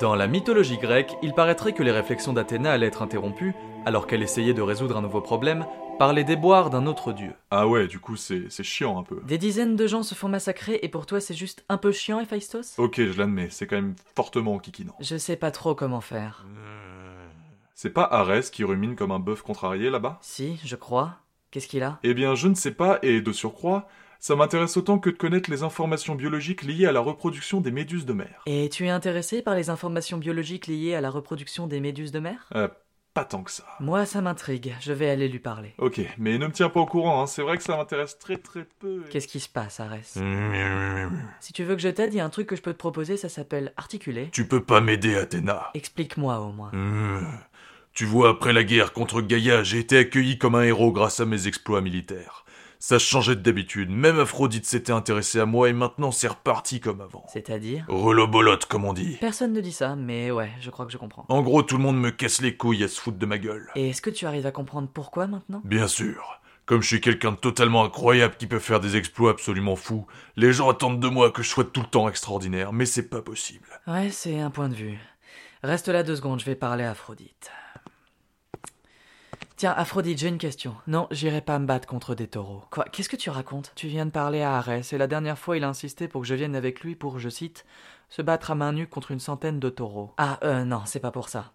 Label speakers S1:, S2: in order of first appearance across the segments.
S1: Dans la mythologie grecque, il paraîtrait que les réflexions d'Athéna allaient être interrompues, alors qu'elle essayait de résoudre un nouveau problème, par les déboires d'un autre dieu.
S2: Ah ouais, du coup, c'est c'est chiant un peu.
S3: Des dizaines de gens se font massacrer et pour toi c'est juste un peu chiant, Héphaïstos
S2: Ok, je l'admets, c'est quand même fortement enquiquinant.
S3: Je sais pas trop comment faire.
S2: C'est pas Arès qui rumine comme un bœuf contrarié là-bas
S3: Si, je crois. Qu'est-ce qu'il a
S2: Eh bien, je ne sais pas, et de surcroît, ça m'intéresse autant que de connaître les informations biologiques liées à la reproduction des méduses de mer.
S3: Et tu es intéressé par les informations biologiques liées à la reproduction des méduses de mer
S2: Euh, pas tant que ça.
S3: Moi, ça m'intrigue. Je vais aller lui parler.
S2: Ok, mais ne me tiens pas au courant, hein, c'est vrai que ça m'intéresse très très peu. et-
S3: Qu'est-ce qui se passe, Arès
S4: Mm.
S3: Si tu veux que je t'aide, il y a un truc que je peux te proposer, ça s'appelle articuler.
S4: Tu peux pas m'aider, Athéna.
S3: Explique-moi au moins.
S4: Hmm. Tu vois, après la guerre contre Gaïa, j'ai été accueilli comme un héros grâce à mes exploits militaires. Ça changeait de d'habitude, même Aphrodite s'était intéressée à moi et maintenant c'est reparti comme avant.
S3: C'est-à-dire
S4: Relobolote, comme on dit.
S3: Personne ne dit ça, mais ouais, je crois que je comprends.
S4: En gros, tout le monde me casse les couilles à se foutre de ma gueule.
S3: Et est-ce que tu arrives à comprendre pourquoi maintenant
S4: Bien sûr. Comme je suis quelqu'un de totalement incroyable qui peut faire des exploits absolument fous, les gens attendent de moi que je sois tout le temps extraordinaire, mais c'est pas possible.
S3: Ouais, c'est un point de vue. Reste là deux secondes, je vais parler à Aphrodite. Tiens, Aphrodite, j'ai une question. Non, j'irai pas me battre contre des taureaux. Quoi Qu'est-ce que tu racontes Tu viens de parler à Arès, et la dernière fois, il a insisté pour que je vienne avec lui pour, je cite, se battre à main nue contre une centaine de taureaux. Ah, euh, non, c'est pas pour ça.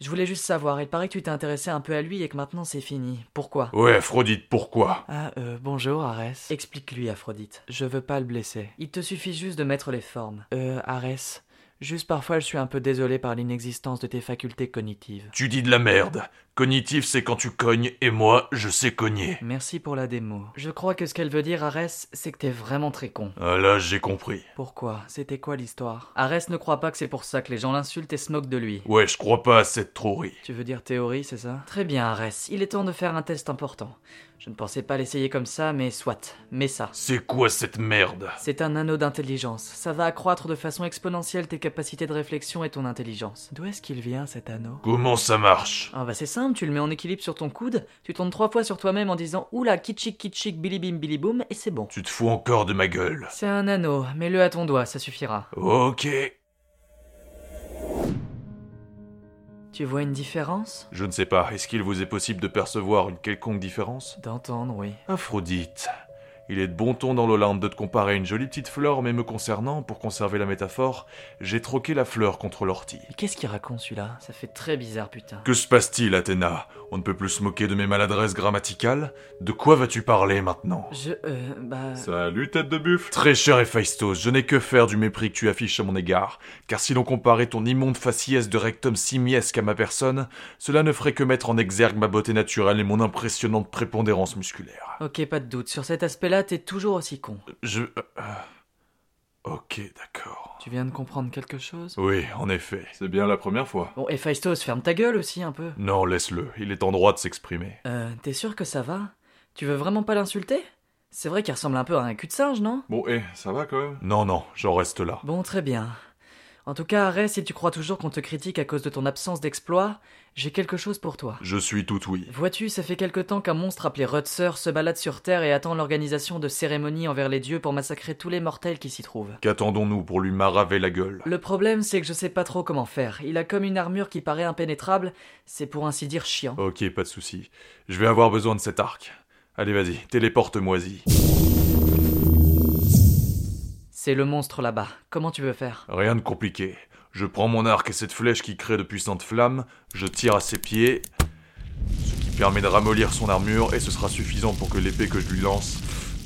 S3: Je voulais juste savoir, il paraît que tu t'es intéressé un peu à lui et que maintenant c'est fini. Pourquoi
S4: Ouais, Aphrodite, pourquoi
S3: ah, euh, bonjour, Arès. Explique-lui, Aphrodite. Je veux pas le blesser. Il te suffit juste de mettre les formes. Euh, Arès, juste parfois je suis un peu désolé par l'inexistence de tes facultés cognitives.
S4: Tu dis de la merde. Cognitif, c'est quand tu cognes, et moi, je sais cogner.
S3: Merci pour la démo. Je crois que ce qu'elle veut dire, Arès, c'est que t'es vraiment très con.
S4: Ah là, j'ai compris.
S3: Pourquoi C'était quoi l'histoire Arès ne croit pas que c'est pour ça que les gens l'insultent et se moquent de lui.
S4: Ouais, je crois pas à cette troerie.
S3: Tu veux dire théorie, c'est ça Très bien, Arès. Il est temps de faire un test important. Je ne pensais pas l'essayer comme ça, mais soit. Mais ça.
S4: C'est quoi cette merde
S3: C'est un anneau d'intelligence. Ça va accroître de façon exponentielle tes capacités de réflexion et ton intelligence. D'où est-ce qu'il vient cet anneau
S4: Comment ça marche
S3: Ah bah c'est simple, tu le mets en équilibre sur ton coude, tu tournes trois fois sur toi-même en disant Oula, kitschik kitschik bilibim biliboum, et c'est bon.
S4: Tu te fous encore de ma gueule.
S3: C'est un anneau, mets-le à ton doigt, ça suffira.
S4: Ok.
S3: Tu vois une différence
S4: Je ne sais pas, est-ce qu'il vous est possible de percevoir une quelconque différence
S3: D'entendre, oui.
S4: Aphrodite. Il est de bon ton dans l'Olympe de te comparer à une jolie petite fleur, mais me concernant, pour conserver la métaphore, j'ai troqué la fleur contre l'ortie.
S3: Mais qu'est-ce qu'il raconte celui-là Ça fait très bizarre, putain.
S4: Que se passe-t-il, Athéna On ne peut plus se moquer de mes maladresses grammaticales De quoi vas-tu parler maintenant
S3: Je. Euh. Bah.
S2: Salut, tête de buffle
S4: Très cher Héphaïstos, je n'ai que faire du mépris que tu affiches à mon égard, car si l'on comparait ton immonde faciès de rectum simiesque à ma personne, cela ne ferait que mettre en exergue ma beauté naturelle et mon impressionnante prépondérance musculaire.
S3: Ok, pas de doute, sur cet aspect-là, t'es toujours aussi con.
S4: Je... euh, euh, Ok, d'accord.
S3: Tu viens de comprendre quelque chose
S4: Oui, en effet.
S2: C'est bien la première fois.
S3: Bon, Héphaïstos, ferme ta gueule aussi un peu.
S4: Non, laisse-le, il est en droit de s'exprimer.
S3: Euh, t'es sûr que ça va Tu veux vraiment pas l'insulter C'est vrai qu'il ressemble un peu à un cul de singe, non
S2: Bon, eh, ça va quand même
S4: Non, non, j'en reste là.
S3: Bon, très bien. En tout cas, Arès, si tu crois toujours qu'on te critique à cause de ton absence d'exploit, j'ai quelque chose pour toi.
S4: Je suis tout oui.
S3: Vois-tu, ça fait quelque temps qu'un monstre appelé Rutser se balade sur Terre et attend l'organisation de cérémonies envers les dieux pour massacrer tous les mortels qui s'y trouvent.
S4: Qu'attendons-nous pour lui maraver la gueule
S3: Le problème, c'est que je sais pas trop comment faire. Il a comme une armure qui paraît impénétrable, c'est pour ainsi dire chiant.
S4: Ok, pas de souci. Je vais avoir besoin de cet arc. Allez, vas-y, téléporte moisi.
S3: C'est le monstre là-bas. Comment tu veux faire
S4: Rien de compliqué. Je prends mon arc et cette flèche qui crée de puissantes flammes, je tire à ses pieds, ce qui permet de ramollir son armure et ce sera suffisant pour que l'épée que je lui lance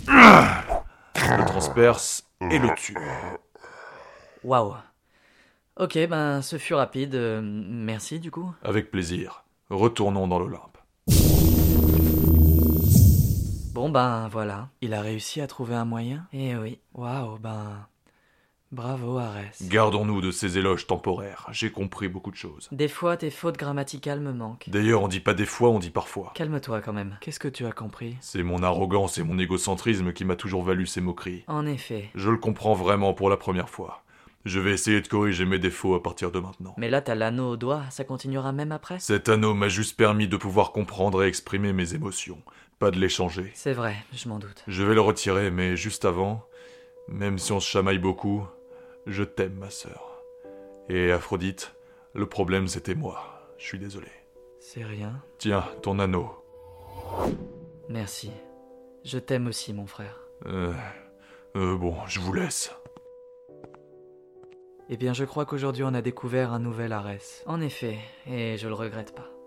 S4: le transperce et le tue.
S3: Waouh. Ok, ben ce fut rapide. euh, merci du coup.
S4: Avec plaisir. Retournons dans l'Olympe.
S3: Bon ben voilà. Il a réussi à trouver un moyen Eh oui. Waouh, ben. Bravo, Arès.
S4: Gardons-nous de ces éloges temporaires. J'ai compris beaucoup de choses.
S3: Des fois, tes fautes grammaticales me manquent.
S4: D'ailleurs, on dit pas des fois, on dit parfois.
S3: Calme-toi quand même. Qu'est-ce que tu as compris
S4: C'est mon arrogance et mon égocentrisme qui m'a toujours valu ces moqueries.
S3: En effet.
S4: Je le comprends vraiment pour la première fois. Je vais essayer de corriger mes défauts à partir de maintenant.
S3: Mais là, t'as l'anneau au doigt, ça continuera même après
S4: Cet anneau m'a juste permis de pouvoir comprendre et exprimer mes émotions, pas de les changer.
S3: C'est vrai, je m'en doute.
S4: Je vais le retirer, mais juste avant, même si on se chamaille beaucoup, je t'aime, ma sœur. Et Aphrodite, le problème c'était moi. Je suis désolé.
S3: C'est rien.
S4: Tiens, ton anneau.
S3: Merci. Je t'aime aussi, mon frère.
S4: Euh, euh, bon, je vous laisse.
S3: Eh bien, je crois qu'aujourd'hui on a découvert un nouvel Arès. En effet, et je le regrette pas.